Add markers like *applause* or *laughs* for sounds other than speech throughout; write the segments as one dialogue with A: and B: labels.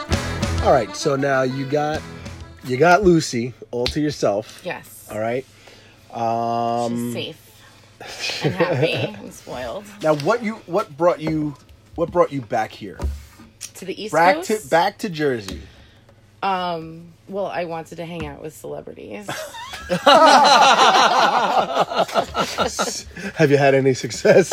A: All right, so now you got you got Lucy all to yourself.
B: Yes.
A: All right.
B: She's
A: Um,
B: safe
A: *laughs*
B: and happy and spoiled.
A: now what you what brought you what brought you back here?
B: To the East
A: Back to
B: Coast.
A: back to Jersey. *laughs*
B: Um, well, I wanted to hang out with
A: *laughs*
B: celebrities.
A: Have you had any
B: *laughs*
A: success?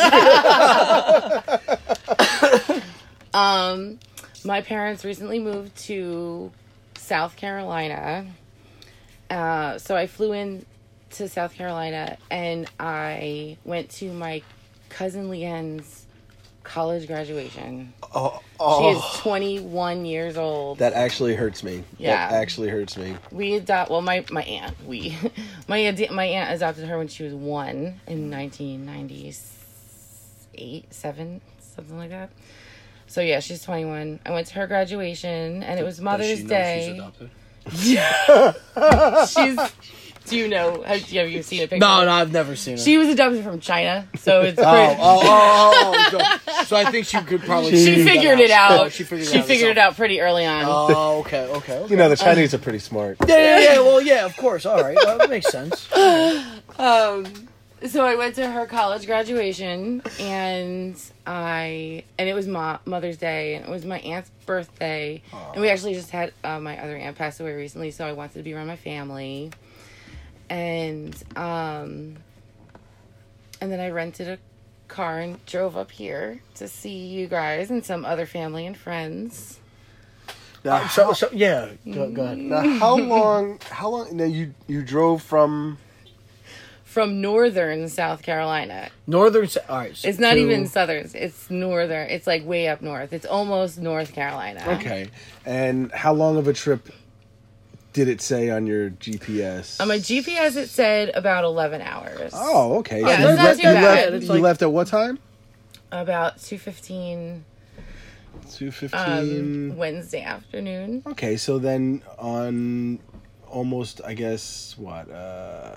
B: um, my parents recently moved to South Carolina. Uh, so I flew in to South Carolina and I went to my cousin Leanne's college graduation.
A: oh,
B: She is 21 years old.
A: that actually hurts me.
B: Yeah.
A: That actually hurts me.
B: We adopt. Well, my my aunt. We *laughs* my ad- my aunt adopted her when she was one in 1998, seven, something like that. So yeah, she's 21. I went to her graduation, and it was Mother's Day. *laughs* she's. Do you know? Have, have you seen a picture?
C: No, no, I've never seen
B: *laughs*
C: her.
B: She was adopted from China, so it's.
C: oh,
B: pretty-
C: oh, oh, oh, oh. So I think she could probably.
B: she
C: figure that
B: figured it out.
C: Oh, she figured it out.
B: it out pretty early on.
C: Oh, okay, okay, okay.
A: You know the Chinese are pretty
B: *laughs*
A: smart.
C: Yeah, yeah, yeah. Well, yeah, of course. All right, well, that makes sense.
B: um so i went to her college graduation and i and it was my mother's day and it was my aunt's birthday and we actually just had uh, my other aunt pass away recently so i wanted to be around my family and um and then i rented a car and drove up here to see you guys and some other family and friends
A: Now,
C: So, so yeah. Go, go
B: Mm.
C: ahead.
A: now how long? How long? Now you you drove from
B: from northern south carolina
C: Northern. Sa- All right. so
B: It's not
C: to-
B: even southern. It's northern. It's like way up north. It's almost North Carolina.
A: okay, and how long of a trip did it say on your GPS?
B: On my GPS, it said about 11 hours.
A: Oh, okay.
B: Yeah,
A: you
B: it's not
A: left,
B: too
A: you
B: bad.
A: left-
C: It's
A: you
C: like-
A: left at what time?
B: About 2.15
A: Two fifteen.
B: um, Wednesday afternoon.
A: okay, so then on almost, I guess, what uh,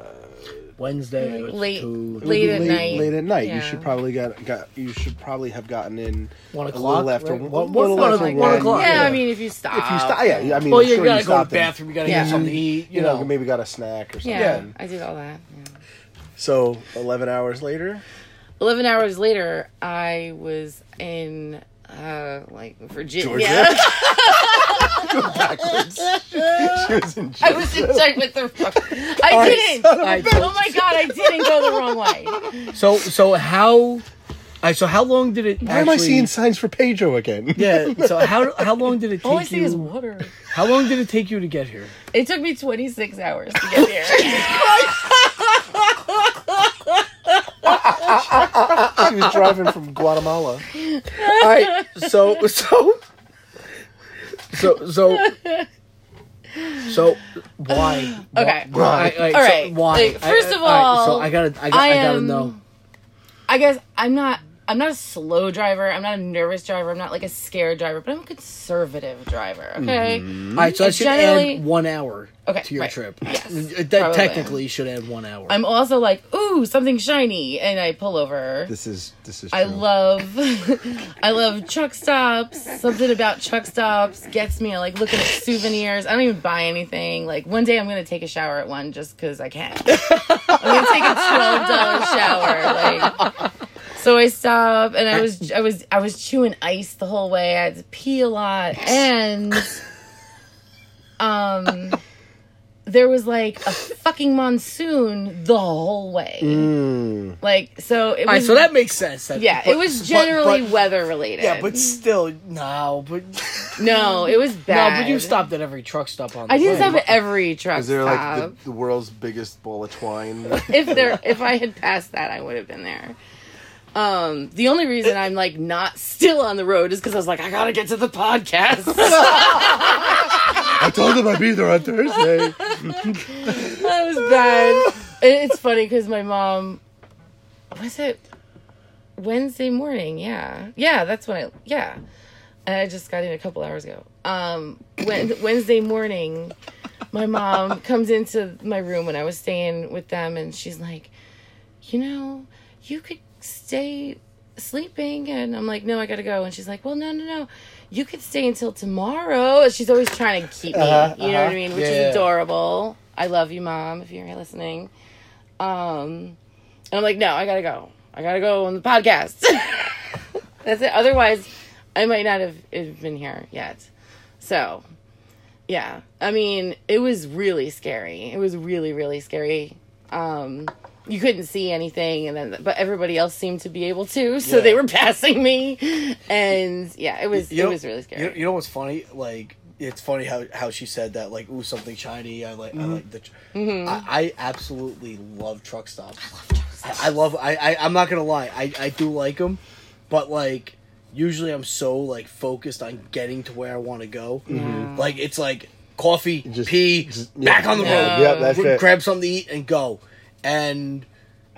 C: Wednesday. it was
B: Late-
C: to-
B: late at
A: late,
B: night.
A: Late at night. You
B: Yeah.
A: should probably got got. You should probably have gotten in
C: One
A: A
C: o'clock,
A: little after
C: right?
A: one.
C: One-
A: little
C: one-
A: after
C: one
A: one.
C: o'clock,
B: Yeah, I
C: yeah.
B: mean, if you stop.
A: If you stop, yeah. I mean,
C: well,
A: sure
C: you gotta go
A: stopped
C: to the bathroom. You gotta
B: Yeah.
C: get something to eat.
A: and,
C: You know.
A: maybe got a snack or something.
B: Yeah, I did all that. yeah.
A: So eleven hours later.
B: 11 hours later, I was in, uh, like, Virginia.
A: *laughs*
B: *laughs*
A: Georgia. backwards. she was in
B: I
A: jail.
B: was in check with the wrong... I didn't!
C: I
B: Oh, my God, I didn't go the wrong way.
C: So so how? All right. So how long did it?
A: Why am I seeing signs for Pedro again?
C: Yeah. *laughs* So how how long did it
B: All I
C: take
B: see is
C: you?
B: water.
C: How long did it take you to get here?
B: It took me 26 hours to get here.
A: *laughs* She was driving from Guatemala.
C: All right. So so so so so why?
B: Okay.
C: Why? Why? All right.
B: *laughs* All right.
C: So why?
B: Like, first of
C: right,
B: all,
C: so I gotta I, gotta-
B: I
C: I gotta
B: am-
C: know.
B: I guess I'm not I'm not a slow driver. I'm not a nervous driver. I'm not like a scared driver, but I'm a conservative driver. Okay.
C: All right. So I should
B: generally-
C: add one hour
B: Okay,
C: to your
B: right.
C: trip. Uh,
B: Yes,
C: That
B: probably.
C: technically should add one hour.
B: I'm also like, ooh, something shiny, and I pull over.
A: This is this is.
B: I
A: true.
B: love I love *laughs* truck stops. Something about truck stops gets me I like looking at souvenirs. I don't even buy anything. Like one day I'm gonna take a shower at one just because I
A: *laughs*
B: can. I'm gonna take a twelve dollar shower. Like so I stop and I was I was I was chewing ice the whole way. I had to pee a lot and um there was like a fucking monsoon the whole way.
A: Mm.
B: Like so it was
C: All right. So that makes sense. That-
B: yeah,
C: but-
B: it was
C: but-
B: generally
C: but-
B: weather related.
C: yeah, but still, no, but
B: no, it was
C: no,
B: bad.
C: but you stopped at every truck stop on. The
B: I didn't
C: way.
B: stop at every truck
A: Is there
B: stop.
A: like the, the world's biggest ball of twine?
B: if there, if I had passed that, I would have been there. Um, the only reason I'm like not still on the road is because I was like, I gotta get to the podcast.
A: *laughs* I told him I'd be there on Thursday.
B: that was bad. And it's funny because my mom was it Wednesday morning. Yeah, yeah, that's when I yeah. And I just got in a couple hours ago. Um, when Wednesday morning, my mom comes into my room when I was staying with them, and she's like, you know, you could stay sleeping, and I'm like, no, I gotta go, and she's like, well, no, no, no. you could stay until tomorrow. She's always trying to keep me.
A: Uh-huh,
B: you know what
A: uh-huh.
B: I mean? Which
C: Yeah.
B: is adorable. I love you, mom. If you're listening, um, and I'm like, no, I gotta go. I gotta go on the podcast. *laughs* That's it. Otherwise, I might not have have been here yet. So, yeah. I mean, it was really scary. It was really, really scary. Um, you couldn't see anything, and then but everybody else seemed to be able to, *laughs* so
C: Yeah.
B: they were passing me, and yeah, it was
C: You
B: it
C: know-
B: was really scary.
C: You, you know what's funny? Like it's funny how, how she said that. Like ooh, something shiny. I like I
A: Mm-hmm.
C: like the. Tr-
B: Mm-hmm.
C: I, I absolutely love truck stops. I love truck stops. I, love. I, I I'm not gonna lie. I I do like them, but like usually I'm so like focused on getting to where I want to go. Like it's like coffee,
A: Mm-hmm. Just-
C: pee,
A: just-
C: back
A: yeah.
C: on the
A: Yeah.
C: road.
B: Yeah,
A: that's
C: Gr-
A: it.
C: Grab something to eat and go, and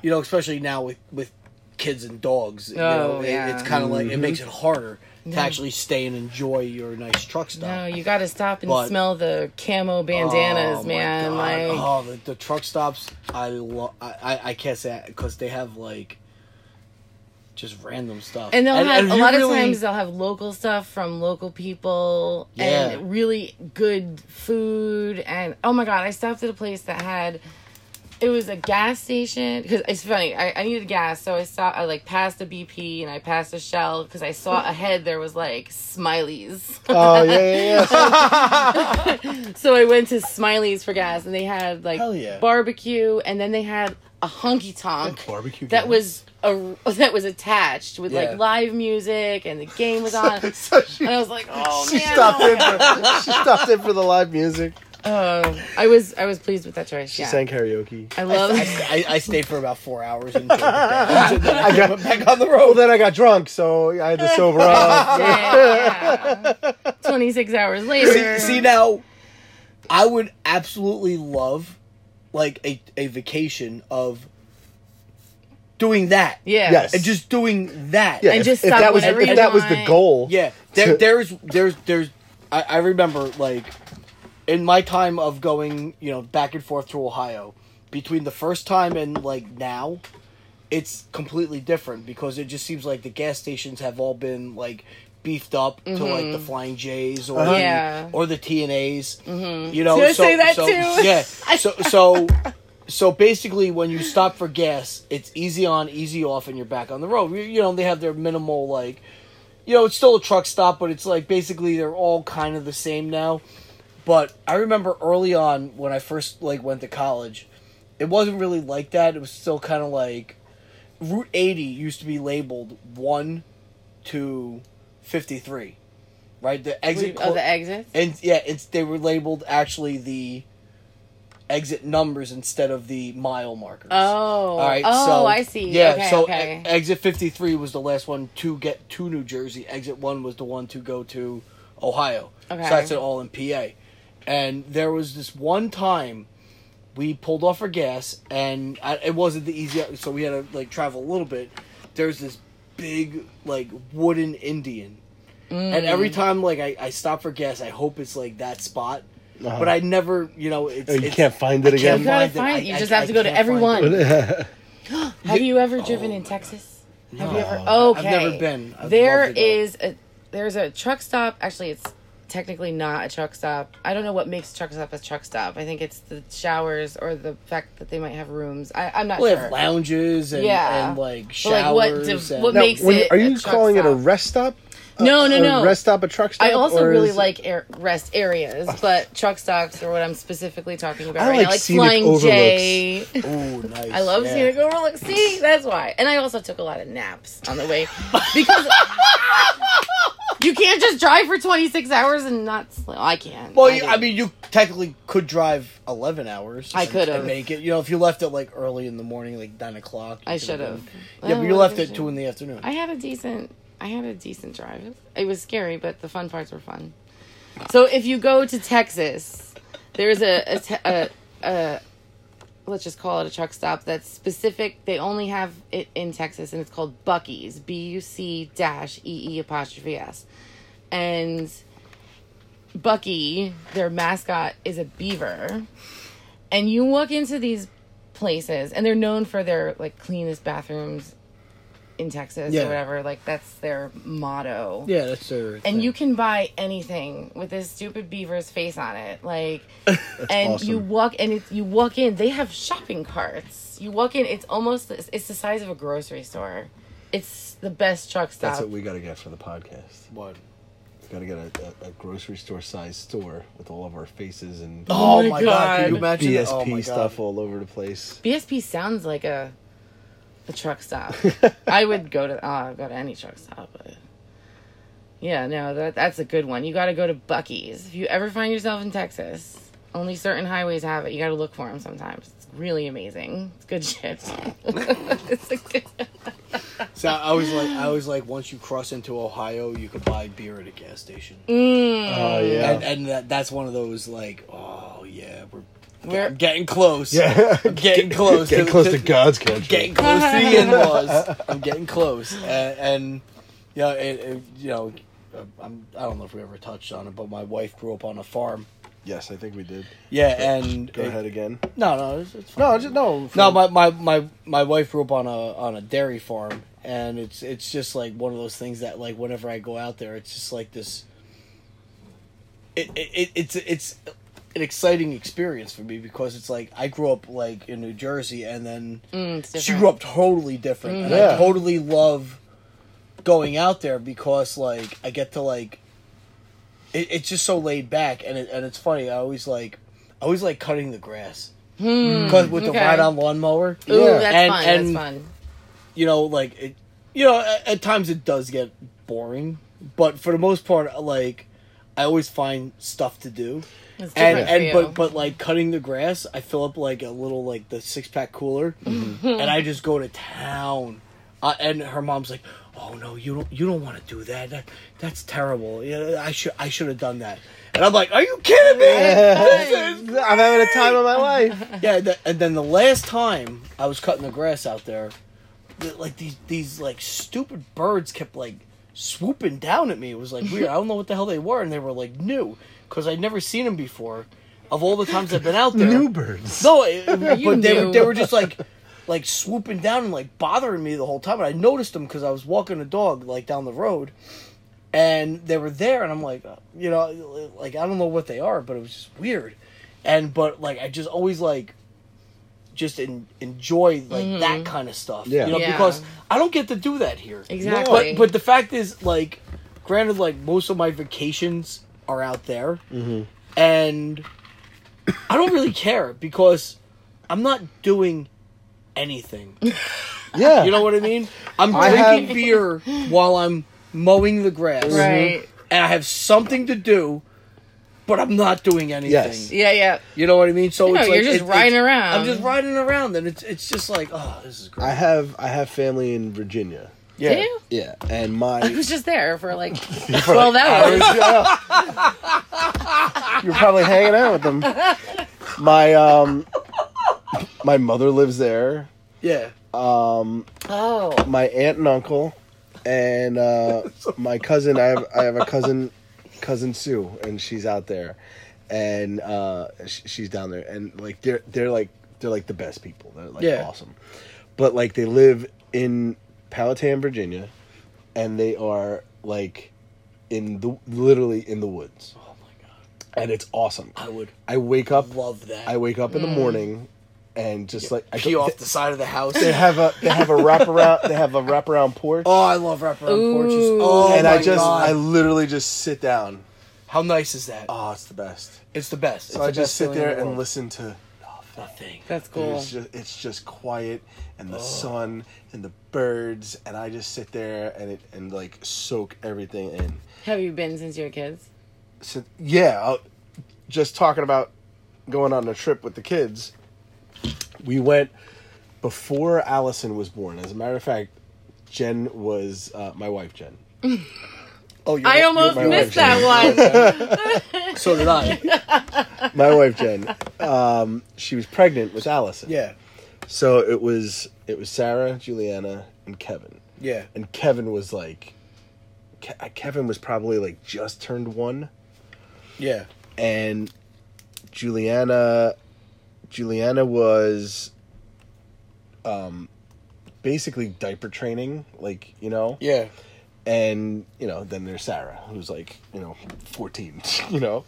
C: you know especially now with with kids and dogs. you know,
B: Oh,
C: it-
B: yeah.
C: it's kind of like it makes it harder to actually stay and enjoy your nice truck stop.
B: no, you got to stop and
C: But-
B: smell the camo bandanas,
C: Oh, my
B: man.
C: God.
B: Like,
C: oh, the, the truck stops. I love. I, I I can't say because they have like just random stuff,
B: and they'll have
C: if
B: a
C: you
B: lot of
C: really-
B: times they'll have local stuff from local people
C: Yeah.
B: and really good food and oh my god i stopped at a place that had it was a gas station because it's funny I, I needed gas so i saw i like passed a bp and i passed a shell because i saw ahead there was like smileys
A: *laughs* Oh yeah, yeah, yeah.
B: *laughs* so i went to smileys for gas and they had like
C: Hell yeah.
B: barbecue and then they had a honky tonk
A: Barbecue.
B: that was a *laughs* that was attached with
C: Yeah.
B: like live music and the game
C: *laughs*
B: was on
A: *laughs*
B: and
A: so she,
B: I was like, oh
A: she
B: man,
A: stopped in. For, she stopped in for the live music.
B: Oh, I was I was pleased with that choice.
A: She
B: yeah,
A: sang karaoke.
B: I
C: *laughs* *laughs* I,
B: love.
C: I, I stayed for about four hours and drove back. Then
A: I
C: I
A: got- *laughs*
C: went back on the
A: Well,
C: road.
A: Oh, then I got drunk, so I had to sober up.
B: Twenty six hours later.
C: See, see now, I would absolutely love like a, a vacation of doing that.
B: yeah.
A: Yes.
C: And just doing that.
A: *laughs* Yeah,
B: And
A: if,
B: just
A: if
B: stop
A: that was
B: whenever
A: if
B: you
A: that was the
B: want.
A: goal.
C: Yeah. There, there's there's there's I, I remember like in my time of going, you know, back and forth to Ohio, between the first time and like now, it's completely different because it just seems like the gas stations have all been like beefed up to like the flying J's or the,
B: Yeah.
C: or the TNAs. Mm-hmm. You know,
B: Did I
C: so,
B: say that
C: so-
B: too?
C: *laughs* yeah. So so so basically when you stop for gas, it's easy on, easy off and you're back on the road. You, you know, they have their minimal like you know, it's still a truck stop, but it's like basically they're all kind of the same now. But I remember early on when I first like went to college, it wasn't really like that. It was still kind of like Route 80 used to be labeled 1 to 53. Right? The exit
B: of
C: clo-
B: the exits.
C: and yeah, it's they were labeled actually the exit numbers instead of the mile markers.
B: Oh.
C: All right.
B: Oh,
C: so,
B: I see.
C: Yeah.
B: Okay,
C: so
B: okay.
C: e- exit fifty three was the last one to get to New Jersey. Exit one was the one to go to Ohio.
B: Okay.
C: So that's it all in PA. And there was this one time we pulled off for gas, and I, it wasn't the easy. So we had to like travel a little bit. There's this big like wooden Indian. And
B: Mm.
C: every time, like I, I stop for gas, I hope it's like that spot, but I never, you know, it's,
A: Uh-huh. Oh, you
C: it's-
A: can't find it
C: I can't
B: you
A: again.
B: gotta
C: find it.
B: find
C: I-
B: it. You
C: I-
B: just have
C: I
B: to go to
C: can't find
B: everyone.
C: it.
B: Have you ever driven in Texas? Have you ever?
C: Oh. No, I've
B: Okay.
C: never been. I'd
B: There
C: love to go.
B: is a there's a truck stop. Actually, it's technically not a truck stop. I don't know what makes a truck stop a truck stop. I think it's the showers or the fact that they might have rooms. I, I'm not
C: Well, they
B: sure.
C: have lounges and,
B: Yeah.
C: and like
B: But,
C: showers.
B: like, what div-
C: and,
A: *laughs*
B: what
A: Now,
B: makes
A: when-
B: it
A: are
B: a
A: you
B: truck
A: calling it a
B: stop.
A: rest stop?
B: no, no,
A: A
B: no.
A: Rest stop, a truck stop.
B: I also
A: or
B: really
A: is it-
B: like air, rest areas, but truck stops are what I'm specifically talking about
A: I
B: right
A: like
B: now. Like
A: scenic
B: Flying J.
C: Ooh, nice.
B: I love
C: yeah.
B: scenic overlook. See, that's why. And I also took a lot of naps on the way because
C: *laughs*
B: you can't just drive for 26 hours and not sleep. I can.
C: Well, you, I
B: didn't.
C: mean, you technically could drive eleven hours.
B: I
C: and-
B: could've.
C: and make it. You know, if you left at like early in the morning, like nine o'clock. you
B: I
C: could've
B: should have. Oh,
C: done- Yeah, but you left at two in the afternoon.
B: I had a decent. I had a decent drive. It was scary, but the fun parts were fun. So if you go to Texas, there's a a, te- a, a let's just call it a truck stop that's specific. They only have it in Texas, and it's called Bucky's. B U C dash E E apostrophe S, and Bucky, their mascot, is a beaver. And you walk into these places, and they're known for their like cleanest bathrooms in Texas
C: Yeah.
B: or whatever. Like that's their motto.
C: Yeah, that's their.
B: And you can buy anything with this stupid beaver's face on it, like, and
A: awesome.
B: you walk and it, you walk in. They have shopping carts. You walk in. It's almost it's the size of a grocery store. It's the best truck stop.
A: That's what we got to get for the podcast.
C: What?
A: We got to get a, a, a grocery store sized store with all of our faces and
C: Oh,
B: my
C: my god! Can you
B: God.
C: imagine
A: BSP
C: Oh my God.
A: stuff all over the place.
B: BSP sounds like a a truck
C: *laughs*
B: stop. I would go to uh, go to any truck stop, but yeah, no, that that's a good one. You got to go to Bucky's if you ever find yourself in Texas. Only certain highways have it. You got to look for them sometimes. It's really amazing. It's good shit. *laughs* it's a good. *laughs*
C: So I was like, I was like, once you cross into Ohio, you could buy beer at a gas station,
B: Mm.
A: Oh yeah,
C: and, and that, that's one of those like, oh yeah, we're,
B: We're-
C: I'm getting close.
A: yeah.
C: I'm *laughs* getting close.
A: Getting
C: to-
A: close to
C: to-
A: God's country.
C: getting close to
A: *laughs*
C: the in-laws. I'm getting close, and, and you know, it, it, you know, I'm, I don't know if we ever touched on it, but my wife grew up on a farm.
A: yes, I think we did.
C: Yeah, and
A: Go
C: it-
A: ahead again.
C: No, no, it's, it's fine.
A: No, just no. for- *laughs*
C: No, my, my, my, my wife grew up on a on a dairy farm, and it's it's just like one of those things that like whenever I go out there, it's just like this. It, it, it it's it's an exciting experience for me because it's like I grew up like in New Jersey, and then
B: Mm, it's
C: she
B: different.
C: grew up totally different, and I
A: Yeah.
C: totally love going out there because like I get to like it, it's just so laid back, and it, and it's funny. I always like I always like cutting the grass. Cause with the
B: Hmm. okay.
C: ride-on lawnmower,
B: Ooh,
A: Yeah.
B: that's
C: And-
B: fun.
C: and-
B: that's fun.
C: you know, like it, you know, at, at times it does get boring, but for the most part, like I always find stuff to do.
B: It's
C: And
B: different
C: and
B: for you.
C: but but like cutting the grass, I fill up like a little like the six pack cooler, and I just go to town. Uh, and her mom's like, "Oh no, you don't you don't want to do that. that that's terrible. Yeah, I should I should have done that." And I'm like, "Are you kidding me?" This is
A: I'm having a time of my *laughs* life.
C: yeah, th- and then the last time I was cutting the grass out there, th- like these these like stupid birds kept like swooping down at me. It was like weird. I don't know what the hell they were, and they were like new because I'd never seen them before. Of all the times I've been out there,
A: *laughs* New birds.
C: no, *laughs* it, it-
B: You
C: but they were,
B: knew.
C: they were just like like swooping down and like bothering me the whole time. And I noticed them because I was walking a dog like down the road, and they were there, and I'm like, uh, you know, like I don't know what they are, but it was just weird. And but like I just always like just en- enjoy like that kind of stuff.
A: Yeah.
C: You know,
B: Mm-hmm. Yeah.
C: because I don't get to do that here.
B: Exactly.
C: But but the fact is like granted like most of my vacations are out there.
A: Mm-hmm.
C: And I don't really care because I'm not doing anything.
A: Yeah.
C: You know what I mean? I'm
A: I
C: drinking beer while I'm mowing the grass.
B: right.
C: And I have something to do, but I'm not doing anything.
A: Yes.
B: Yeah, yeah.
C: You know what I mean? So
B: No,
C: Oh, it's
B: you're
C: like,
B: just
C: it-
B: riding
C: it's-
B: around.
C: I'm just riding around, and it's it's just like, oh, this is great.
A: I have I have family in Virginia.
C: yeah.
B: Do you?
A: Yeah, and
B: I
A: my
B: was just there for
C: *laughs*
B: like twelve hours.
A: *laughs* you're probably hanging out with them. My um, my mother lives there.
C: Yeah.
B: Oh,
A: My aunt and uncle, and
C: *laughs*
A: uh, my cousin. I have I have a cousin, cousin Sue, and she's out there, and uh, sh- she's down there, and like they're they're like they're like the best people. They're like
C: Yeah.
A: awesome, but like they live in Powhatan, Virginia, and they are like in the literally in the woods,
C: Oh my god,
A: and it's awesome.
C: I would
A: I wake up
C: love that. Mm.
A: I wake up in the morning and just like I
C: pee
A: go-
C: off the side of the house.
A: They have a they have a wraparound they have a wraparound porch,
C: oh, I love wraparound porches.
B: Ooh.
C: Oh
A: and
C: my
A: I just
C: god,
A: I literally just sit down.
C: how nice is that?
A: Oh, it's the best.
C: it's the best.
A: so I just sit there and listen to.
C: Nothing.
B: that's
A: and
B: cool.
A: It's just it's just quiet and the sun and the birds and I just sit there and it and like soak everything in.
B: Have you been since you were kids?
A: So yeah, I'll, just talking about going on a trip with the kids. We went before Allison was born. As a matter of fact, Jen was uh, my wife. Jen.
C: Oh, you're,
B: I
C: you're
B: almost
C: my
B: missed
A: wife,
B: that one.
C: wife. So did
B: *laughs*
C: I.
A: My wife Jen. Um, she was pregnant with Allison.
C: Yeah,
A: So it was it was Sarah, Juliana, and Kevin.
C: yeah.
A: And Kevin was like, Ke- uh, Kevin was probably like just turned one.
C: Yeah.
A: and Juliana Juliana was um basically diaper training, like you know.
C: Yeah.
A: And you know, then there's Sarah, who's like you know, fourteen. *laughs* You know,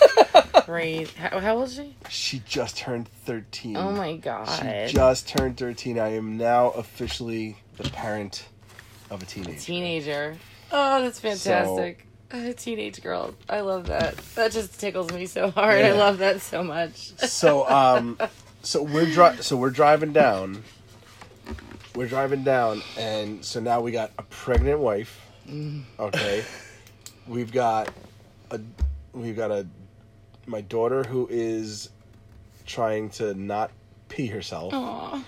B: *laughs* Great. How, how old is she?
A: she just turned thirteen.
B: Oh my god.
A: Mm. She just turned thirteen. I am now officially the parent of a teenager.
B: Teenager. Oh, that's fantastic. Uh, teenage girls. I love that. That just tickles me so hard. I
A: Yeah.
B: love that so much.
A: so um so we're dri- so we're driving down we're driving down and so now we got a pregnant wife Mm. okay we've got a we've got a my daughter who is trying to not pee herself
B: Aw.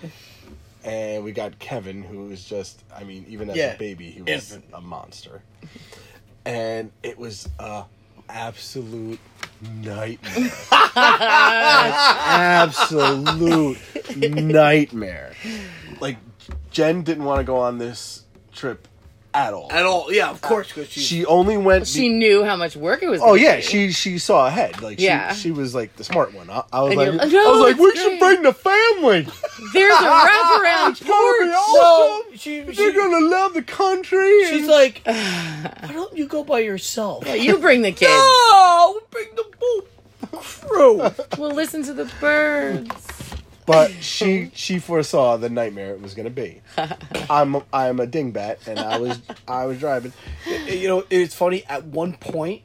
A: and we got Kevin, who was just, I mean, even as
C: Yeah.
A: a baby, he was
C: Infant.
A: a monster. And it was a absolute nightmare. An *laughs* absolute nightmare. Like, Jen didn't want to go on this trip at all.
C: At all. Yeah, of course, because she's.
A: She only went.
B: She knew how much work it was.
A: oh
B: gonna
A: yeah,
B: be.
A: she she saw ahead. Like
B: Yeah.
A: she she was like the smart one. I, I was
B: And
A: like,
B: you're like,
A: I
B: "No,
A: was like,
B: it's
A: we should
B: great."
A: bring the family.
B: There's a
A: *laughs*
B: wraparound
A: Probably
B: porch.
C: No,
A: awesome.
C: she-
A: They're
C: she-
A: gonna love the country.
C: She's like, why
B: *sighs*
C: don't you go by yourself?
B: Yeah, you bring the kids.
C: No, bring the whole crew.
B: We'll listen to the birds.
C: *laughs*
A: But she she foresaw the nightmare it was going to be. I'm I'm a dingbat, and I was I was driving.
C: you know, it's funny. At one point,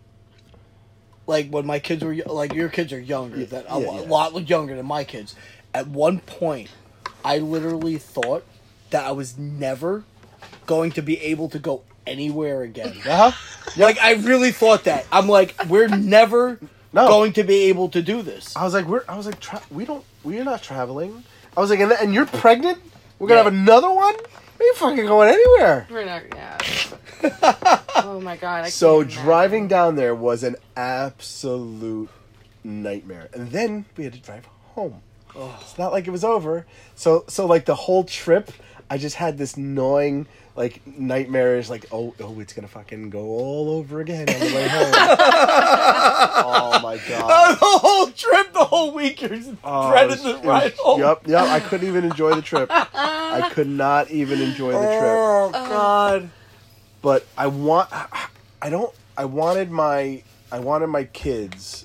C: like when my kids were y- like, your kids are younger than a
A: yeah,
C: lo-
A: yeah.
C: lot younger than my kids. At one point, I literally thought that I was never going to be able to go anywhere
A: *laughs*
C: again.
A: Uh-huh.
C: Like I really thought that. I'm like, we're never
A: No.
C: going to be able to do this.
A: I was like, we're I was like, tra- we don't we're not traveling. I was like, and, and you're pregnant. We're gonna
C: Yeah.
A: have another one. We ain't fucking going anywhere.
B: We're not.
A: *laughs*
B: Yeah. oh my god. I can't
A: So
B: imagine.
A: driving down there was an absolute nightmare, and then we had to drive home. It's not like it was over. So so like the whole trip, I just had this gnawing like nightmarish like oh oh it's gonna fucking go all over again on the way home. oh my god.
C: *laughs* the whole trip, the whole week, you're
A: Oh,
C: dreading
A: it
C: the
A: was- it
C: ride
A: was-
C: home.
A: Yep, yep. I couldn't even enjoy the trip. I could not even enjoy the trip.
C: Oh God.
A: but I want I don't I wanted my I wanted my kids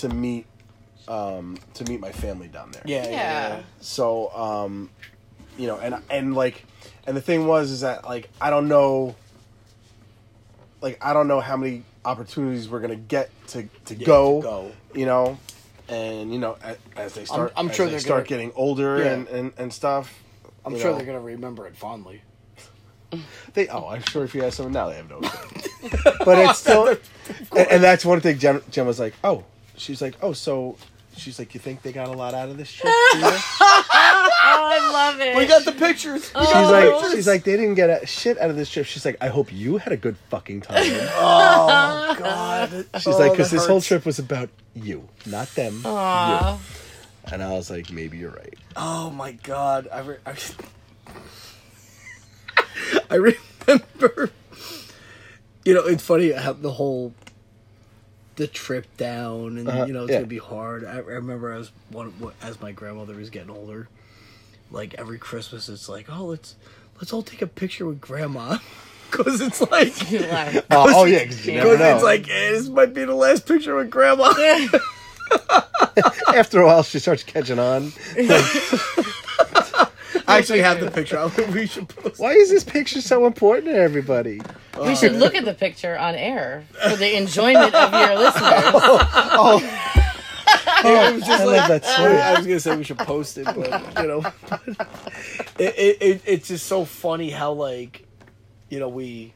A: to meet um to meet my family down there.
C: Yeah, yeah.
B: Yeah.
A: So um you know and and like and the thing was is that like I don't know like I don't know how many opportunities we're going to get to to go,
C: to go.
A: you know and you know as, as they start
C: I'm
A: as
C: sure
A: they
C: they're
A: start
C: gonna-
A: getting older
C: Yeah.
A: and, and and stuff
C: I'm
A: you
C: sure
A: know.
C: they're gonna remember it fondly.
A: They oh, I'm sure if you ask someone now, they have no. clue.
C: *laughs*
A: but it's still, and, and that's one thing. Jen, Jen was like, "Oh, she's like, oh, so." She's like, you think they got a lot out of this trip?
C: *laughs*
A: Gina?"
B: Oh, I love it. *laughs*
C: We got the *laughs* pictures. We
A: she's
C: got the
A: like,
C: pictures.
A: she's like, they didn't get a shit out of this trip. She's like, I hope you had a good fucking time. She's
C: *laughs* oh God.
A: like, because this whole trip was about you, not them.
B: Aw.
A: you." And I was like, maybe you're
C: *laughs*
A: right.
C: Oh my God. I, re- I, *laughs* I remember. You know, it's funny how the whole the trip down, and
A: Uh-huh,
C: you know it's
A: yeah.
C: gonna be hard. I, I remember as one as my grandmother was getting older, like every Christmas, it's like, oh, let's let's all take a picture with grandma, *laughs* because it's like. *laughs*
B: Like,
A: Oh, oh yeah, 'cause you never
C: Because
A: know.
C: it's like, *laughs* eh, this might be the last picture with grandma.
A: *laughs* After a while, she starts catching on.
C: *laughs* I actually have *laughs* the picture. I think we should post.
A: Why is this picture so important to everybody?
C: Oh.
B: we should look at the picture on air for the enjoyment of your
C: *laughs*
B: listeners.
C: It was just
A: I love that story.
C: I was gonna say
B: *laughs*
C: we should post it, but you know, *laughs* it, it, it it's just so funny how like, you know, we,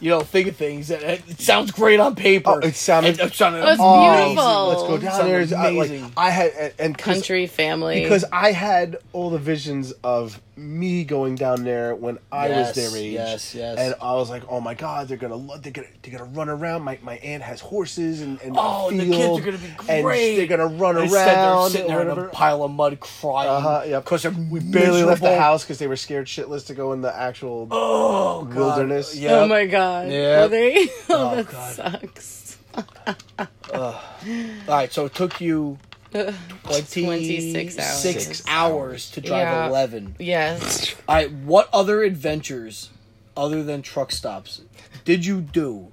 C: you know, think of things that it sounds great on paper.
A: Oh, it sounded-
C: It, it sounded
B: It was
C: amazing.
B: beautiful.
A: Let's go down there.
C: Sounds
A: I, like,
C: Oh, amazing.
A: I had and- and 'cause-
B: Country, family.
A: because I had all the visions of me going down there when I
C: Yes,
A: was their age.
C: yes, yes.
A: And I was like, oh my god, they're gonna lo- they're gonna they're gonna run around. My my aunt has horses and and a
C: Oh, and the kids
A: field,
C: are gonna be
A: and
C: great.
A: they're gonna run
C: Instead,
A: around.
C: they're sitting there
A: and
C: in a
A: whatever.
C: pile of mud crying
A: Uh-huh, yep.
C: because they're we
A: barely left the house because they were scared shitless to go in the actual. *laughs*
C: Oh, God.
A: Wilderness.
C: Yeah.
B: oh my god.
C: Yeah.
B: Were
C: *laughs*
B: they? Oh,
C: Oh,
B: that
C: God.
B: sucks. *laughs*
C: All right. So it took you
B: 26 hours.
C: six hours to drive
B: Yeah.
C: 11.
B: Yes.
C: All right, what other adventures other than truck stops did you do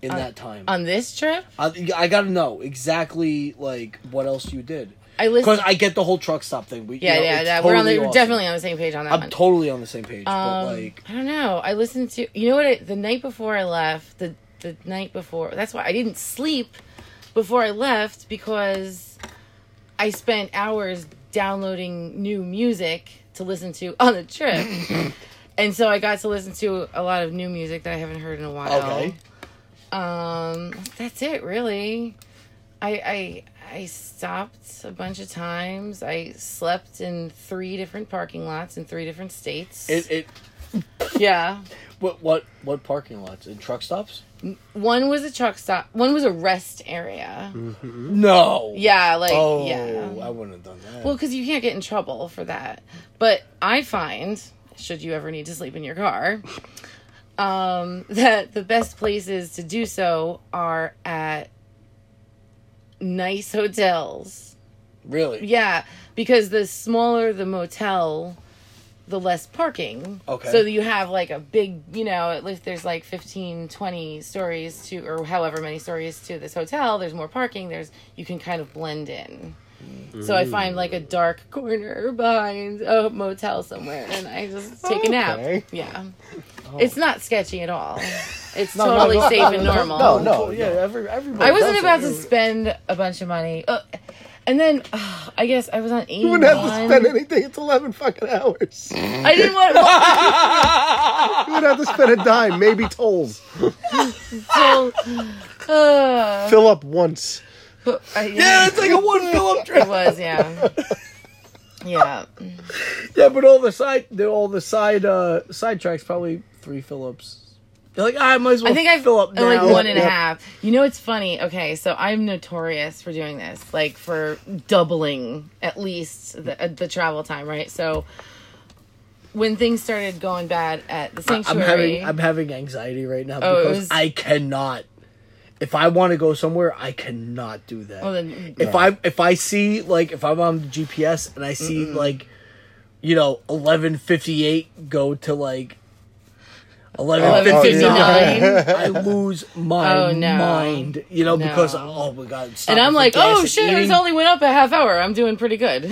C: in
B: Uh,
C: that time?
B: On this trip,
C: I, I gotta know exactly like what else you did
B: I
C: because
B: listened.
C: I get the whole truck stop thing. We, you
B: yeah,
C: know,
B: yeah,
C: it's
B: that, we're on the,
C: totally awesome.
B: definitely on the same page on that
C: I'm
B: one.
C: totally on the same page, but
B: Um,
C: like
B: I don't know. I listened to you know what? I, the night before I left, the the night before. That's why I didn't sleep before I left because I spent hours downloading new music to listen to *laughs* on the trip.
C: *laughs*
B: And so I got to listen to a lot of new music that I haven't heard in a while.
C: okay,
B: Um, that's it, really. I I I stopped a bunch of times. I slept in three different parking lots in three different states.
C: it, it
B: yeah.
C: what what what parking lots and truck stops?
B: One was a truck stop. One was a rest area.
C: No,
B: Hmm? Yeah, like
C: oh,
B: yeah.
C: I wouldn't have done that.
B: Well, because you can't get in trouble for that. But I find, should you ever need to sleep in your car, um, *laughs* that the best places to do so are at nice hotels.
C: really?
B: Yeah, because the smaller the motel, the less parking.
C: Okay.
B: So you have like a big, you know, at least there's like 15, 20 stories to, or however many stories to this hotel. There's more parking. There's, you can kind of blend in. So I find like a dark corner behind a motel somewhere and I just take a nap.
A: Okay. Oh.
B: Yeah. It's not sketchy at all. It's
A: No, no,
B: totally
A: no,
B: safe
A: no,
B: and
A: no,
B: normal.
A: no, no.
C: Oh, yeah, every, everybody.
B: I wasn't
C: does
B: about
C: it.
B: to spend a bunch of money. Uh, and then uh, I guess I was on 81.
A: You wouldn't have to spend anything. It's eleven fucking hours. You
B: I didn't want
A: *laughs*
B: to
A: wouldn't have to spend a dime, maybe tolls.
B: uh,
A: Fill up once.
B: I-
C: Yeah, it's like a one
B: *laughs*
C: Philip
B: it
C: trip.
B: was, yeah. Yeah.
C: Yeah, but all the side, the, all the side, uh, side tracks probably three Phillips. You're like, I might as well.
B: I think I've uh,
C: fill up now.
B: like one and a
A: Yeah.
B: half. You know, it's funny. Okay, so I'm notorious for doing this, like for doubling at least the, uh, the travel time, right? So when things started going bad at the
C: I'm
B: sanctuary,
C: having, I'm having anxiety right now
B: Oh, it
C: because
B: was-
C: I cannot. If I want to go somewhere, I cannot do that.
B: well, then,
C: if I if I see like if I'm on GPS and I see like, you know, eleven fifty eight go to like. Eleven
A: oh,
C: fifty nine.
B: yeah.
C: I lose my
B: *laughs* Oh, no.
C: mind, you know,
B: No.
C: because oh my god!
B: and I'm like, oh shit, it's only went up a half hour. I'm doing pretty
C: *laughs*
B: good.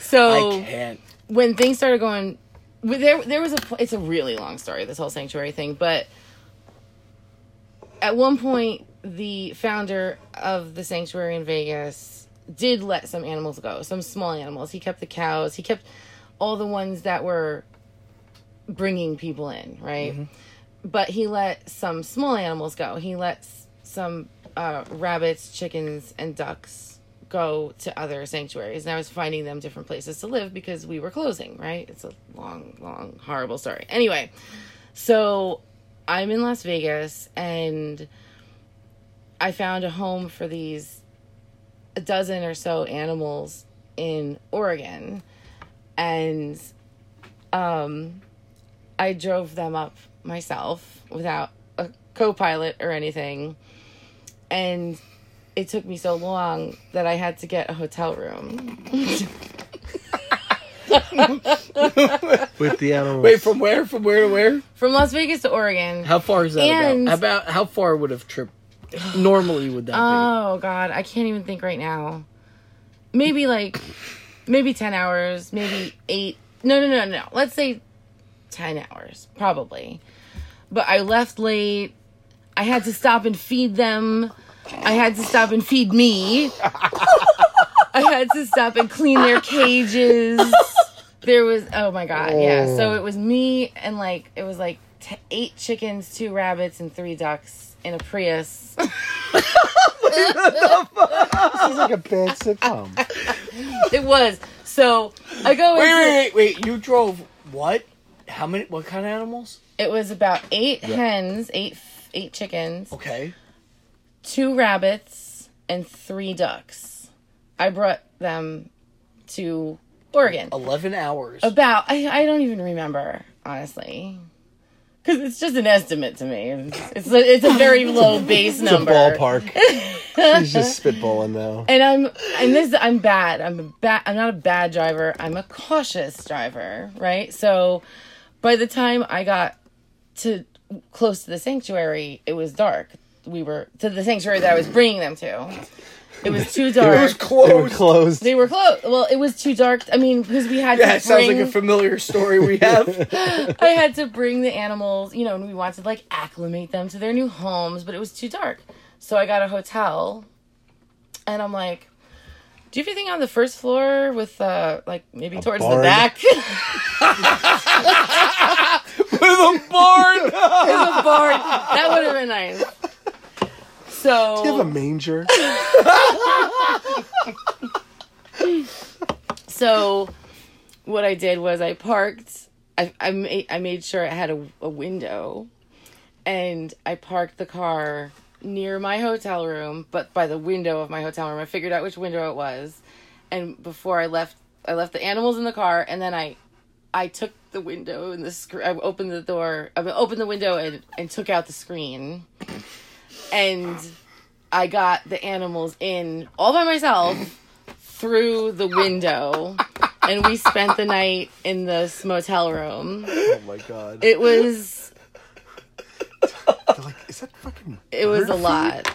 B: so
C: I can't.
B: when things started going well, there there was a pl- it's a really long story this whole sanctuary thing but at one point the founder of the sanctuary in Vegas did let some animals go some small animals he kept the cows he kept all the ones that were bringing people in right
C: Mm-hmm.
B: but he let some small animals go he let s- some uh, rabbits chickens and ducks go to other sanctuaries and i was finding them different places to live because we were closing right it's a long long horrible story anyway so i'm in las vegas and i found a home for these a dozen or so animals in oregon and um i drove them up myself without a co-pilot or anything and it took me so long that I had to get a hotel room.
A: With the animals.
C: Wait, from where? From where to where?
B: From Las Vegas to Oregon.
C: How far is that?
B: And-
C: about? about how far would have trip normally would that
B: Oh god, I can't even think right now. Maybe like maybe 10 hours, maybe 8. No, no, no, no. Let's say 10 hours probably. But I left late. I had to stop and feed them. I had to stop and feed me. I had to stop and clean their cages. There was oh my god, yeah. So it was me and like it was like t- eight chickens, two rabbits, and three ducks in a Prius.
A: This is like a bad sitcom.
B: It was. So I go into
C: be? Wait, wait, wait, wait! You drove what? How many? What kind of animals?
B: it was about eight hens, eight eight chickens,
C: Okay.
B: two rabbits, and three ducks. I brought them to Oregon.
C: 11 hours.
B: About I, I don't even remember, honestly. because it's just an estimate to me. It's a, it's a very low base
A: It's a
B: number.
C: *laughs*
A: ballpark. He's just spitballing now.
B: And I'm and this I'm bad. I'm a bad. I'm not a bad driver. I'm a cautious driver, right? So, by the time I got to close to the sanctuary, it was dark. We were to the sanctuary that I was bringing them to. It was too dark.
C: *laughs* It was
A: They were
C: closed.
A: closed.
B: They were closed. Well, it was too dark. I mean, because we had
C: Yeah,
B: to
C: it sounds like
B: bring.
C: a familiar story we *laughs* have.
B: I had to bring the animals, you know, and we wanted to like acclimate them to their new homes, but it was too dark. So I got a hotel, and I'm like, "Do you have anything on the first floor with uh like maybe towards the
A: barn?
B: back? *laughs*
C: the barn.
B: There's a barn. That would have
A: *laughs*
B: been nice." So
A: Do you have a *laughs* manger? Oh
B: so what I did was I parked. I I made, I made sure it had a, a window, and I parked the car near my hotel room, but by the window of my hotel room. I figured out which window it was, and before I left, I left the animals in the car, and then I. I took the window and the screen. I opened the door. I opened the window and, and took out the screen, and I got the animals in all by myself through the window and we spent the night in this motel room.
A: Oh my god.
B: It was
A: They're like, is that fucking?
B: it was a
A: bird
B: lot.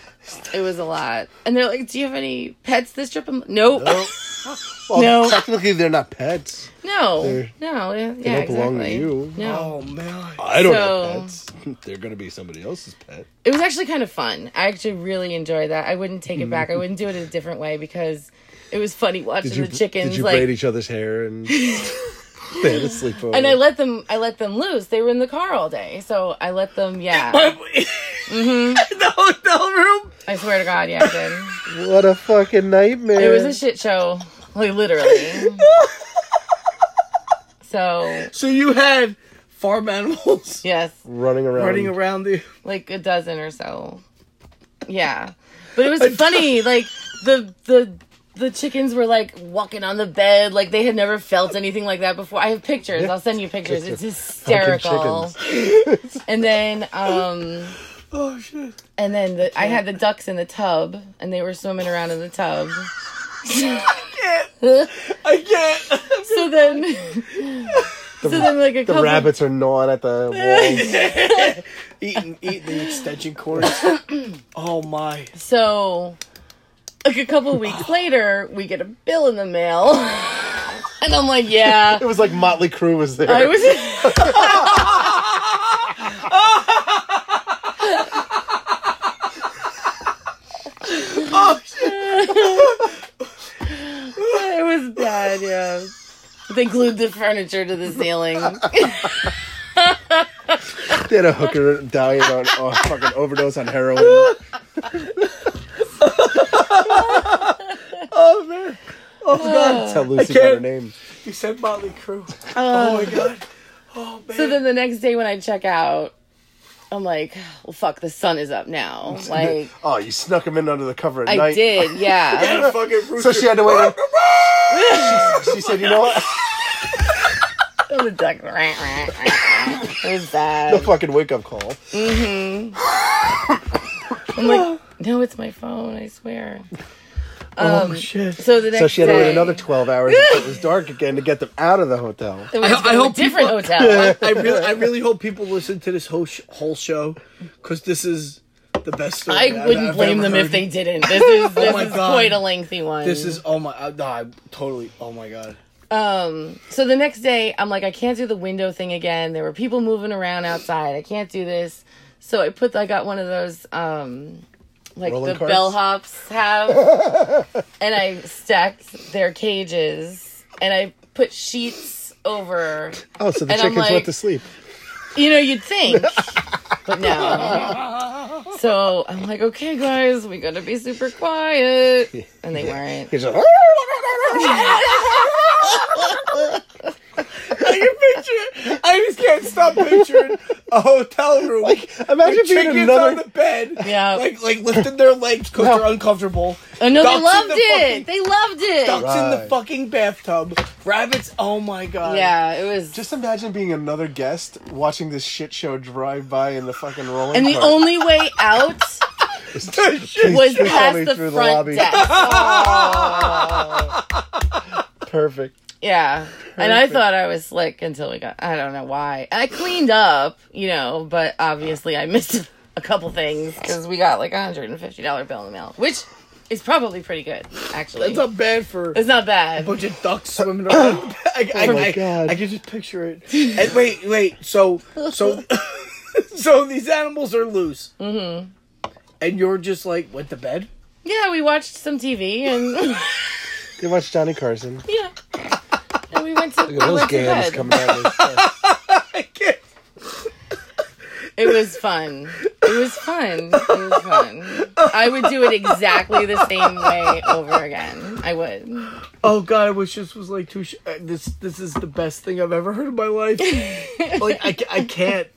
B: It was a lot. And they're like, "Do you have any pets this trip?" I'm, nope.
A: food? No. *laughs* Well,
B: No.
A: technically they're not pets.
B: No.
A: They're-
B: no. Yeah, yeah,
A: don't belong to
B: exactly.
A: you.
B: No.
C: Oh man.
A: I
B: don't have So-
A: pets. *laughs* They're gonna be somebody else's pet.
B: It was actually kind of fun. I actually really enjoyed that. I wouldn't take it back. I wouldn't do it a different way because it was funny watching
A: Did you
B: the chickens
A: Did you
B: like
A: braid each other's hair and *laughs* they had a sleepover?
B: and I let them I let them loose. They were in the car all day. So I let
A: *laughs*
B: them yeah.
C: mm-hmm. *laughs* the hotel room.
B: I swear to god, yeah, I did.
A: what a fucking nightmare!
B: It was a shit show, like literally. so
C: So you had farm animals
B: yes,
A: running around.
C: running around the.
B: like a dozen or so. Yeah, but it was funny. Like the the the chickens were like walking on the bed, like they had never felt anything like that before. I have pictures. I'll send you pictures. It's hysterical. And then um
C: Oh shit.
B: and then the, I had the ducks in the tub, and they were swimming around in the tub.
C: I can't.
B: So then, so then like a
A: The
B: couple
A: rabbits are gnawing at *laughs* the walls.
C: eating, eating the extension cords.
A: *coughs*
C: oh my.
B: So, like a couple weeks later, we get a bill in the mail, *laughs* and I'm like, yeah,
A: it was like Motley Crue was there.
B: I was. *laughs*
C: Oh shit.
B: it was bad, yeah. They glued the furniture to the
C: *laughs*
B: ceiling.
C: Oh
A: they had a hooker dying on
C: *laughs*
A: oh, fucking overdose on heroin.
C: Oh man. Oh god.
A: Tell Lucy
C: can't-
A: about her name.
C: You said Motley *laughs* Crue. oh my god. Oh man.
B: so then the next day when I check out, I'm like, well, fuck, the sun is up now. Like,
A: Oh, you snuck him in under the cover at
B: I
A: night. *laughs*
B: did, yeah.
C: the fucking
A: So
C: rooster.
A: she had
C: *laughs*
A: to wait. she, she said, "You know what?
B: *laughs*
A: *laughs*
B: it was like, it was
A: A
B: bad.
A: fucking wake up call."
B: I'm like, no, it's my phone. I swear.
C: oh
A: Um,
C: shit.
B: So the next
A: So she had to
B: day,
A: wait another 12 hours until it was dark again to get them out of the hotel.
B: It was
C: I ho- I
B: from a
C: hope
B: different
C: people-
A: *laughs*
B: hotel.
C: I really, I really hope people listen to this whole sh- whole show because this is the best story.
B: I
C: I've-
B: wouldn't
C: I've
B: blame
C: ever
B: them if
C: heard.
B: they didn't. This
C: *laughs*
B: is, this
C: Oh my
B: is
C: God.
B: quite a lengthy one.
C: This is oh my uh, no, I'm totally oh my god. *laughs*
B: um. So the next day, I'm like, I can't do the window thing again. There were people moving around outside. I can't do this. So I put, I got one of those, um, like
A: Rolling
B: the
A: carts?
B: bellhops have, and I stacked their cages, and I put sheets over.
A: Oh, so the
B: And I'm
A: chickens
B: like-
A: went to sleep.
B: You know, you'd think. But no. So I'm like, okay, guys, we gotta be super quiet. And they weren't.
A: *laughs* He's like,
C: I can picture it. I just can't stop picturing a hotel room.
A: Like, imagine
C: with
A: being
C: chickens
A: another-
C: on the bed.
B: Yeah.
C: Like like lifting their legs because
A: No.
C: they're uncomfortable.
B: Oh no,
C: Ducks
B: they
C: in
B: loved
C: the
B: it.
C: fucking-
B: they loved it.
C: Ducks in the
A: Right.
C: fucking bathtub. Rabbits. Oh my god.
B: Yeah, it was.
A: Just imagine being another guest watching this shit show drive by in the fucking rolling.
B: and the
A: cart.
B: only way
A: *laughs*
B: out
C: The shit.
B: was
A: Threw
B: past
A: me
B: the
A: through
B: front
A: the lobby.
B: desk.
A: *laughs*
B: Aw.
A: perfect.
B: yeah, and I
A: Perfect.
B: thought I was slick until we got. I don't know why. I cleaned up, you know, but obviously I missed *laughs* a couple things because we got like a hundred and fifty dollar bill in the mail, which is probably pretty good actually.
C: That's not bad for
B: it's not bad.
C: bunch of ducks swimming *coughs* around. I, I,
A: Oh my
C: I-
A: God.
C: I can just picture it. And wait, wait. So, so, *laughs* so these animals are loose, mm-hmm. and you're just like went to bed. *laughs*
B: Yeah, we watched some TV and *laughs*
A: You watch Johnny Carson.
B: yeah, and we went to, we
A: Look at those gams
B: went to bed.
A: coming out. Of his-
B: *laughs*
C: I can't.
B: It was fun. It was fun. It was fun. I would do it exactly the same way over again. I would.
C: Oh God, I wish this was like too. Sh- uh, this this is the best thing I've ever heard in my *laughs* life. like I, ca- I can't.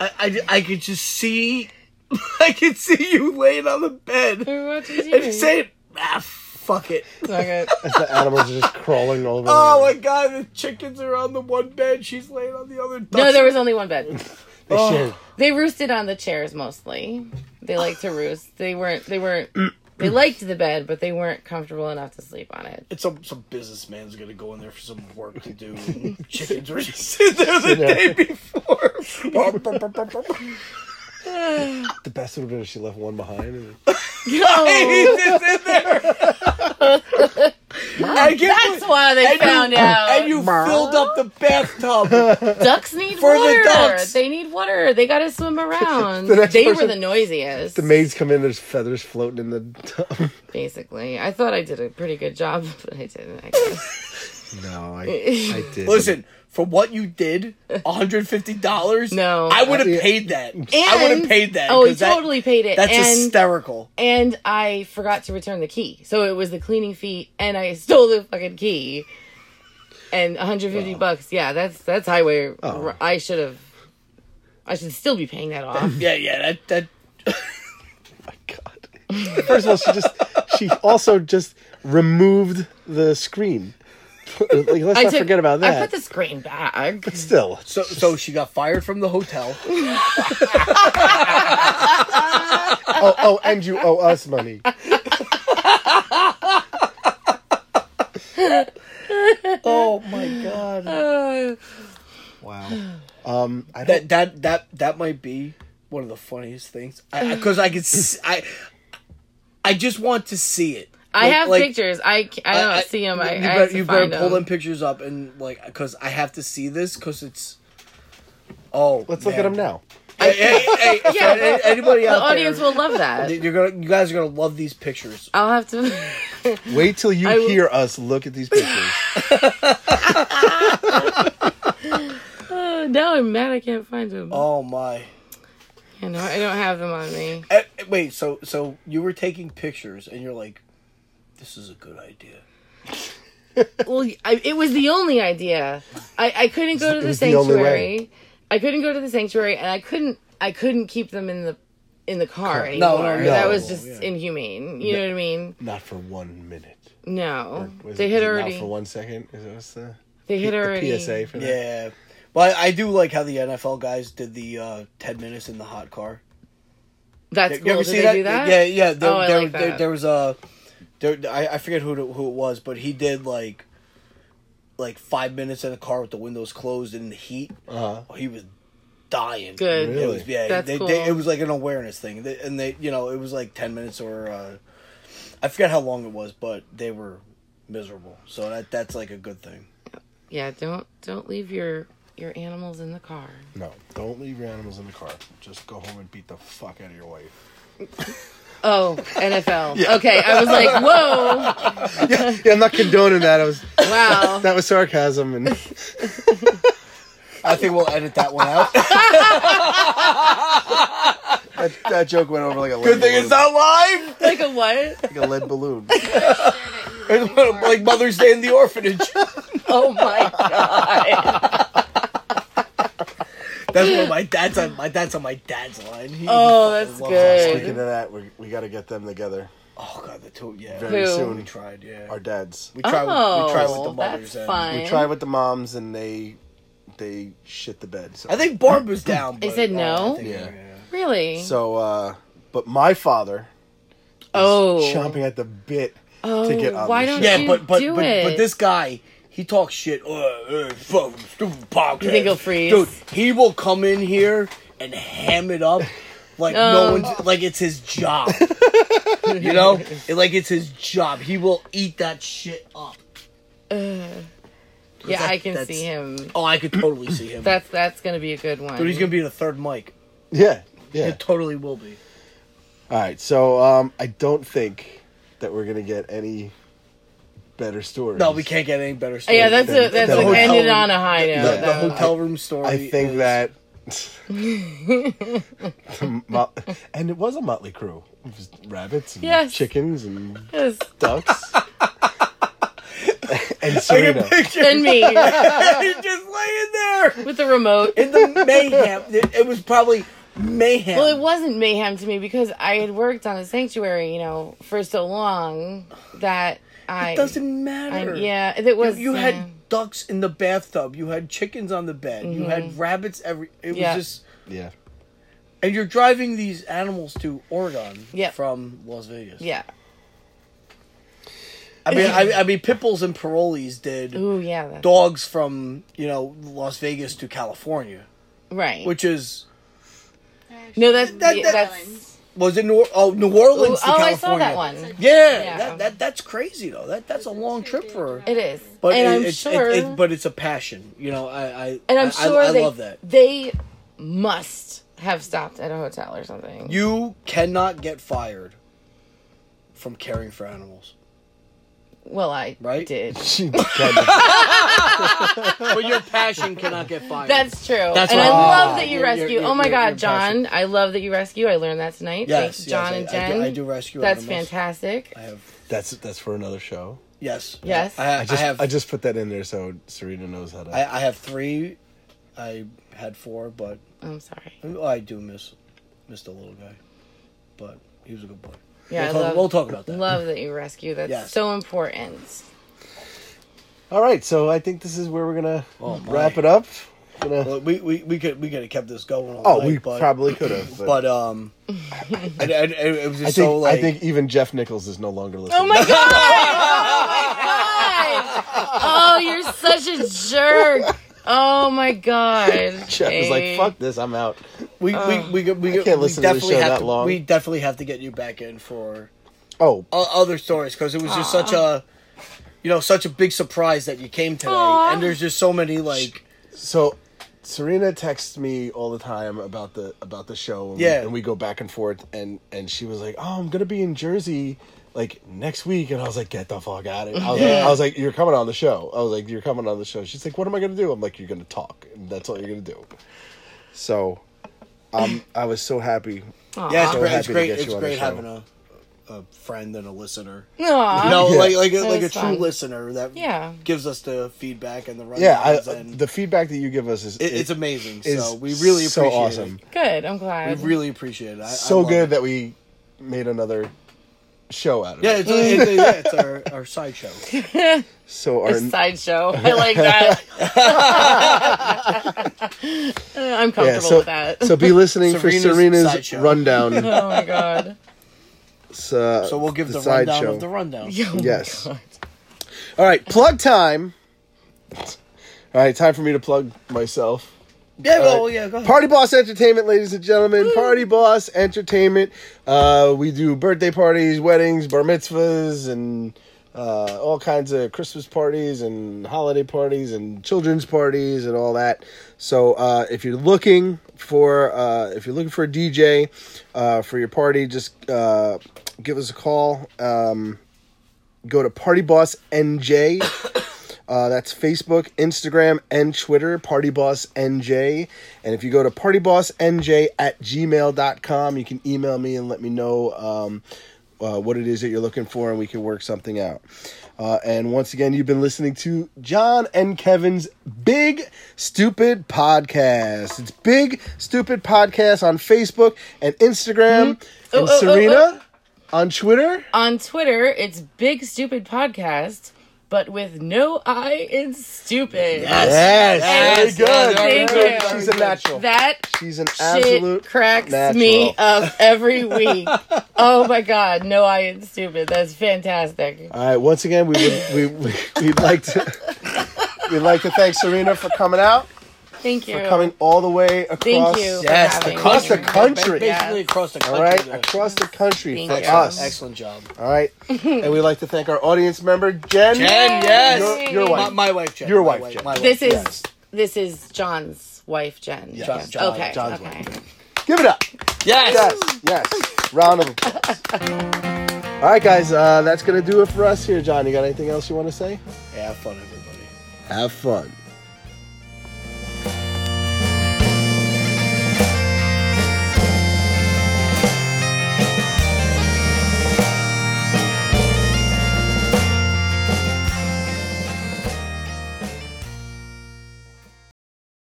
C: I, I I could just see. *laughs* I could see you laying on the bed
B: We're watching
C: and
B: TV.
C: saying, "Ah, fuck it."
B: Suck it.
A: the animals are just crawling all over.
C: Oh
A: him.
C: my god, the chickens are on the one bed, she's laying on the other.
B: No, there was only one bed.
A: They
C: oh.
A: shit.
B: They roosted on the chairs mostly. They like to roost. They weren't. They weren't. They liked the bed, but they weren't comfortable enough to sleep on it.
C: It's some some businessman's gonna go in there for some work to
B: *laughs*
C: do. and Chickens were just sitting *laughs* there the day before.
A: The best would have been if she left one behind. And
B: *laughs* No,
C: *laughs* He's just in
B: *laughs*
C: there. I can't
B: that's why they
C: and you-
B: found out.
C: and you filled up the
B: *laughs*
C: bathtub.
B: ducks need
C: For the
B: water.
C: ducks.
B: They need water. They got to
C: *laughs*
B: swim around.
A: The next
B: they
A: person-
B: were the noisiest.
A: the maids come in. There's feathers floating in the tub.
B: basically. I thought I did a pretty good job, *laughs* but I didn't. I guess.
A: No,
B: *laughs*
A: I, I did.
C: Listen, for what you did, $150?
B: No.
C: I would have paid that. I would have
B: And-
C: paid that.
B: Oh, I
C: 'cause that-
B: totally paid it.
C: That's
B: and,
C: hysterical.
B: and I forgot to return the key, so it was the cleaning fee, and I stole the fucking key. And 150 bucks. Yeah, that's that's highway.
A: Oh.
B: I should have. I should still be paying that
C: *laughs*
B: off.
C: Yeah, yeah, that that
A: Oh my God. First of all, she just she also just removed the screen. like, let's
B: I
A: not
B: took-
A: forget about
B: I
A: that.
B: put the screen
C: *laughs*
B: back.
A: Still,
C: So, so she got fired from the hotel.
A: oh, oh, and you owe us
B: *laughs*
A: money.
C: oh my god!
B: Uh,
A: Wow. Um, I don't.
C: That that that that might be one of the funniest things because I, could s- I I just want to see it.
B: I
C: Like-
B: have
C: like,
B: pictures. I, c- I don't see them. I,
C: you
B: I
C: better,
B: have to
C: you
B: find
C: better pull them.
B: them.
C: pictures up and like because I have to see this because it's. Oh,
A: Let's look at
C: man.
A: them now.
C: Hey, hey, hey,
B: *laughs*
C: if
B: Yeah,
C: a- a- anybody
B: The
C: out
B: audience
C: there?
B: will love that.
C: *laughs* you're gonna, you guys are gonna love these pictures.
B: I'll have to. *laughs*
A: Wait till you
B: I will-
A: hear us look
B: *laughs*
A: at these pictures.
B: Uh, now I'm mad I can't find them.
C: Oh my!
B: You know, I don't have them on me.
C: Eh, eh, Wait, so so you were taking pictures and you're like, this is a good idea.
B: Well, I, it was the only idea. I, I couldn't go to the
A: was the only
B: sanctuary. I couldn't go to the sanctuary, and I couldn't I couldn't keep them in the in the car
C: No,
B: anymore.
C: no, no.
B: That was just
C: Yeah.
B: inhumane. You know what I mean?
A: Not for one minute.
B: No,
A: Was
B: they
A: it-
B: had
A: was it
B: already.
A: Not for one second. Is it what's the,
B: they had
A: the
B: already.
A: PSA for that?
C: Yeah. Well, I, I do like how the NFL guys did the uh, 10 minutes in the hot car.
B: That's
C: you
B: cool.
C: ever
B: Did
C: see
B: they
C: that?
B: do that?
C: Yeah, yeah. There,
B: Oh, I
C: there,
B: like
C: there,
B: that.
C: there was a. There, I, I forget who to, who it was, but he did like like five minutes in the car with the windows closed in the heat.
A: Uh-huh.
C: Oh, he was dying.
B: Good.
C: It was,
A: Really?
C: yeah,
B: That's
C: they,
B: cool.
C: they, it was like an awareness thing, They- and they, you know, it was like ten minutes or uh, I forget how long it was, but they were miserable. So that that's like a good thing.
B: Yeah. Don't don't leave your your animals in the car.
A: No, don't leave your animals in the car. Just go home and beat the fuck out of your wife.
B: Oh,
C: *laughs*
B: NFL. Okay, I was like, whoa,
A: *laughs* yeah, yeah, I'm not condoning that. I was
B: wow.
C: *laughs*
A: that was sarcasm and
C: I think we'll edit that one out.
A: *laughs* that, that joke went over like a lead
C: *laughs* Good thing it's not live.
B: like a what?
A: like a lead *laughs* balloon.
C: It's *laughs* like Mother's Day in the orphanage.
B: Oh my god.
C: That's what my dad's on. My dad's on my dad's line. He
B: Oh, that's
C: loves
B: good.
C: us.
A: Speaking of that, we, we got to get them together.
C: Oh god, the two. Yeah,
A: Very
B: Who?
A: soon.
C: we tried. Yeah,
A: Our dads.
C: we tried.
B: oh,
C: we tried with the mothers.
B: that's
C: and-
B: fun.
A: We tried with the moms and they they shit the bed. So,
C: I think Barb was down.
B: They
C: but,
B: said
C: uh,
B: no?
C: I think-
A: Yeah.
B: Really?
A: so uh but my father
B: oh,
A: chomping at the bit
B: oh,
A: to get on
B: why
A: the
B: don't
A: show.
C: Yeah,
B: you
C: but but
B: do
C: but, but
B: it?
C: this guy, he talks shit. Uh, uh, fuck, stupid podcast.
B: You think he'll freeze?
C: dude? He will come in here and ham it up like no
B: Um.
C: one's like it's
B: *laughs*
C: his job. you know, like it's his job. He will eat that shit up.
B: yeah,
C: that-
B: I can
C: that's- *laughs*
B: see him.
C: Oh, I could totally see him.
B: That's that's gonna be a good one.
C: Dude, he's gonna be in a third mic.
A: Yeah. Yeah.
C: It totally will be.
A: All right. So um I don't think that we're going to get any better stories.
C: No, we can't get any better. Story
B: yeah, that's
A: The-
B: a, that's
A: the
B: like
A: hotel-
B: ended on a high note.
C: the, the
B: though.
C: hotel room story.
A: I think
B: *laughs*
C: is-
A: that. *laughs* The mo- and it was a motley crew. It was rabbits and
B: Yes.
A: chickens and
B: *laughs* Yes.
A: ducks. and
C: I can
A: Serena.
C: picture
B: and me
C: *laughs* he's just laying there.
B: with the remote.
C: in
B: *laughs*
C: the mayhem. It, it was probably mayhem.
B: Well, it wasn't mayhem to me because I had worked on the sanctuary, you know, for so long that I
C: it doesn't matter.
B: I- yeah, it was. uh, um,
C: you, you
B: yeah.
C: had ducks in the bathtub. You had chickens on the bed. You had rabbits. Every it
B: Mm-hmm. Yeah.
C: was just,
A: yeah.
C: and you're driving these animals to Oregon
B: Yeah.
C: from Las Vegas.
B: yeah. *laughs*
C: I mean, I, I mean, pit bulls and parolees did
B: Ooh, yeah. That's,
C: dogs from you know Las Vegas to California,
B: right.
C: which is
B: no, that's
C: that-
B: yeah,
C: that-
B: that's.
C: was it New oh New Orleans
B: Ooh,
C: to
B: oh,
C: California.
B: I saw that one.
C: Yeah,
B: Yeah.
C: That, that that's crazy though. That that's a long trip for.
B: It is,
C: But
B: and
C: it-
B: I'm
C: it's,
B: sure.
C: it, it, but it's a passion, you know. I, I
B: and I'm
C: I-
B: sure
C: I, I
B: they
C: love that.
B: they must have stopped at a hotel or something.
C: You cannot get fired from caring for animals,
B: well, I
C: Right?
B: did.
A: She kinda-
C: but your passion cannot get fired.
B: That's true.
C: That's
B: and
C: what
B: I
C: I-
B: love
C: Ah.
B: that you
C: You're-
B: rescue.
C: you're-
B: oh my
C: you're-
B: god,
C: you're
B: John! I love that you rescue. I learned that tonight.
C: yes,
B: Thanks,
C: yes,
B: John
C: I-
B: and
C: I do-
B: Jen.
C: I, do rescue.
B: That's
C: animals.
B: fantastic.
C: I have
A: that's that's for another show.
C: yes,
B: Yes.
C: I, ha-
A: I just
C: I
A: I,
C: have.
A: just put that in there so Serena knows how to.
C: I, I have three. I had four, but
B: I'm sorry.
C: oh, I do miss missed a little guy, but he was a good boy.
B: Yeah,
C: we'll,
B: I
C: talk,
B: love,
C: we'll talk about that.
B: love that you rescue. That's
C: Yes.
B: so important.
A: All right, so I think this is where we're gonna
C: Oh, my.
A: wrap it up. Gonna-
C: Well, we, we we could we could have kept this going. All
A: oh,
C: night,
A: we
C: but,
A: probably could have, but,
C: but um,
B: *laughs*
C: and, and, and it was just
A: I think
C: so like
A: I think even Jeff Nichols is no longer listening.
B: Oh my god! Oh my god! Oh, you're such a jerk! Oh my god!
A: *laughs* Jeff is
B: Hey.
A: like, fuck this, I'm out.
C: we,
B: Uh,
C: we we we we,
A: I can't listen
C: we
A: to this
C: definitely
A: show
C: have
A: that
C: to,
A: long.
C: We definitely have to get you back in for
A: Oh,
C: o- other stories because it was just such a you know such a big surprise that you came today,
B: Aw.
C: and there's just so many like
A: so Serena texts me all the time about the about the show. And
C: Yeah.
A: we, and we go back and forth, and and she was like, "Oh, I'm gonna be in Jersey like next week," and I was like, "Get the fuck out of it!" I was, like, I was like, "You're coming on the show." I was like, "You're coming on the show." She's like, "What am I gonna do?" I'm like, "You're gonna talk, and that's all you're gonna do." So, um, I was so happy.
C: yeah, it's,
A: So
C: great-
A: happy
C: it's
A: to
C: great.
A: get
C: It's
A: you on
C: great
A: the show.
C: having a a friend and a listener.
B: Aw.
C: You know,
A: Yeah.
C: like like a, like a
B: was
C: true
B: fun.
C: listener that
B: Yeah.
C: gives us the feedback and the rundowns
A: Yeah, I,
C: and
A: the feedback that you give us is
C: it,
A: is-
C: it's amazing.
A: is
C: So we really appreciate
A: so awesome.
B: Good. I'm
C: it.
B: glad.
C: We really appreciate it. I, I
A: so
C: love
A: good
C: it.
A: that we made another show out of
C: Yeah,
A: it.
C: it's,
A: *laughs*
C: it's, yeah, it's our, our sideshow.
A: So
B: A
A: our *laughs*
B: sideshow. I like that. Uh, I'm comfortable
A: yeah, so
B: with that.
A: so be listening for
C: Serena's
A: Serena's
C: sideshow. *laughs*
A: rundown.
B: *laughs*
A: uh,
B: oh my god.
A: so,
C: So we'll give the,
A: side
C: rundown Oh
A: show.
C: of the rundown.
A: Yes. All right, plug time. All right, time for me to plug myself.
C: Yeah, well,
A: right.
C: yeah, go ahead.
A: Party Boss Entertainment, ladies and gentlemen. Party Boss Entertainment. Uh, we do birthday parties, weddings, bar mitzvahs, and uh, all kinds of Christmas parties and holiday parties and children's parties and all that. So uh, if you're looking for uh, if you're looking for a DJ uh, for your party, just uh, give us a call. Um, go to Party Boss
B: *coughs*
A: NJ. Uh, that's Facebook, Instagram, and Twitter, Party Boss NJ. And if you go to partybossnj at gmail.com, you can email me and let me know um, uh, what it is that you're looking for, and we can work something out. Uh, and once again, you've been listening to John and Kevin's Big Stupid Podcast. It's Big Stupid Podcast on Facebook and Instagram. And
B: oh, oh,
A: Serena, on Twitter.
B: On Twitter, it's Big Stupid Podcast, but with no I in stupid.
A: Yes,
B: Yes.
A: very good.
B: Thank
A: Very
B: you.
A: good. She's a natural.
B: That
A: She's an
B: shit
A: absolute
B: cracks
A: natural.
B: me up
A: *laughs*
B: every week. oh my god, no I in stupid. That's fantastic.
A: All right. Once again, we would we, we we'd like to we'd like to thank Serena for coming out,
B: Thank you.
A: for coming all the way across.
B: Thank you. for
C: Yes,
B: having
A: across
B: me.
A: the country.
C: Basically
B: Yes.
C: across the
A: All
C: country.
A: right,
C: though.
A: across the country
B: Thank
A: for
B: you.
A: us.
C: Excellent job.
A: All
B: *laughs*
A: right, and we'd like to thank our audience member Jen.
C: Jen,
A: your,
C: yes.
A: your
C: My,
A: wife.
C: my wife, Jen.
A: Your
C: My
A: wife, Jen.
C: My wife.
B: This is
A: Yes.
B: this is John's wife, Jen.
A: Yes.
C: John- John-
B: okay.
A: John's
B: okay.
A: wife. Give it up.
C: Yes.
A: Yes, yes. Round of applause. All right, guys, uh, that's gonna do it for us here. John, you got anything else you want to say?
C: Yeah, have fun, everybody.
A: Have fun.